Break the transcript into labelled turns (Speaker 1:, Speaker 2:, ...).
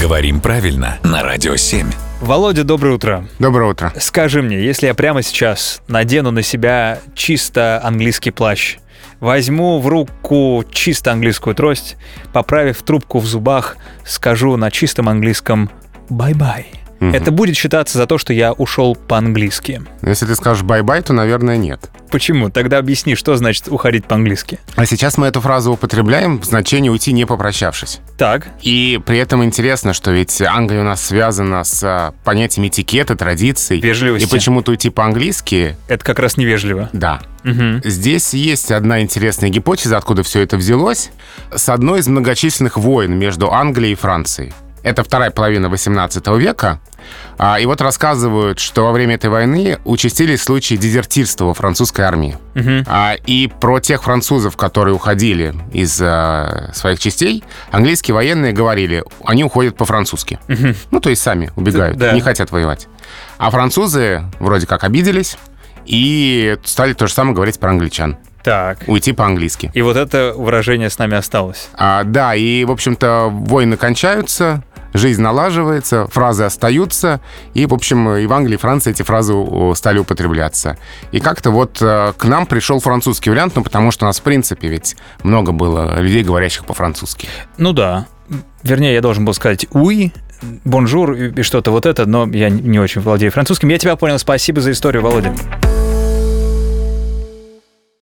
Speaker 1: Говорим правильно на Радио 7.
Speaker 2: Володя, доброе утро.
Speaker 3: Доброе утро.
Speaker 2: Скажи мне, если я прямо сейчас надену на себя чисто английский плащ, возьму в руку чисто английскую трость, поправив трубку в зубах, скажу на чистом английском «бай-бай». Это будет считаться за то, что я ушел по-английски.
Speaker 3: Если ты скажешь бай-бай, то, наверное, нет.
Speaker 2: Почему? Тогда объясни, что значит уходить по-английски.
Speaker 3: А сейчас мы эту фразу употребляем в значении уйти не попрощавшись.
Speaker 2: Так,
Speaker 3: И при этом интересно, что ведь Англия у нас связана с а, понятием этикета, традиций.
Speaker 2: Вежливости.
Speaker 3: И почему-то уйти по-английски,
Speaker 2: это как раз невежливо.
Speaker 3: да. Здесь есть одна интересная гипотеза, откуда все это взялось, с одной из многочисленных войн между Англией и Францией. Это вторая половина 18 века. А, И вот рассказывают, что во время этой войны участились случаи дезертирства во французской армии. А, И про тех французов, которые уходили из а, своих частей, английские военные говорили, они уходят по-французски. Ну, то есть сами убегают,
Speaker 2: Да.
Speaker 3: не хотят воевать. А французы вроде как обиделись и стали то же самое говорить про англичан.
Speaker 2: Так.
Speaker 3: Уйти по-английски.
Speaker 2: И вот это выражение с нами осталось.
Speaker 3: А, да, и, в общем-то, войны кончаются, жизнь налаживается, фразы остаются, и, в общем, и в Англии, и Франции эти фразы о, стали употребляться. И как-то вот э, к нам пришел французский вариант, ну, потому что у нас, в принципе, ведь много было людей, говорящих по-французски.
Speaker 2: Ну да. Вернее, я должен был сказать «уй», «бонжур» и и что-то вот это, но я не очень владею французским. Я тебя понял. Спасибо за историю, Володя.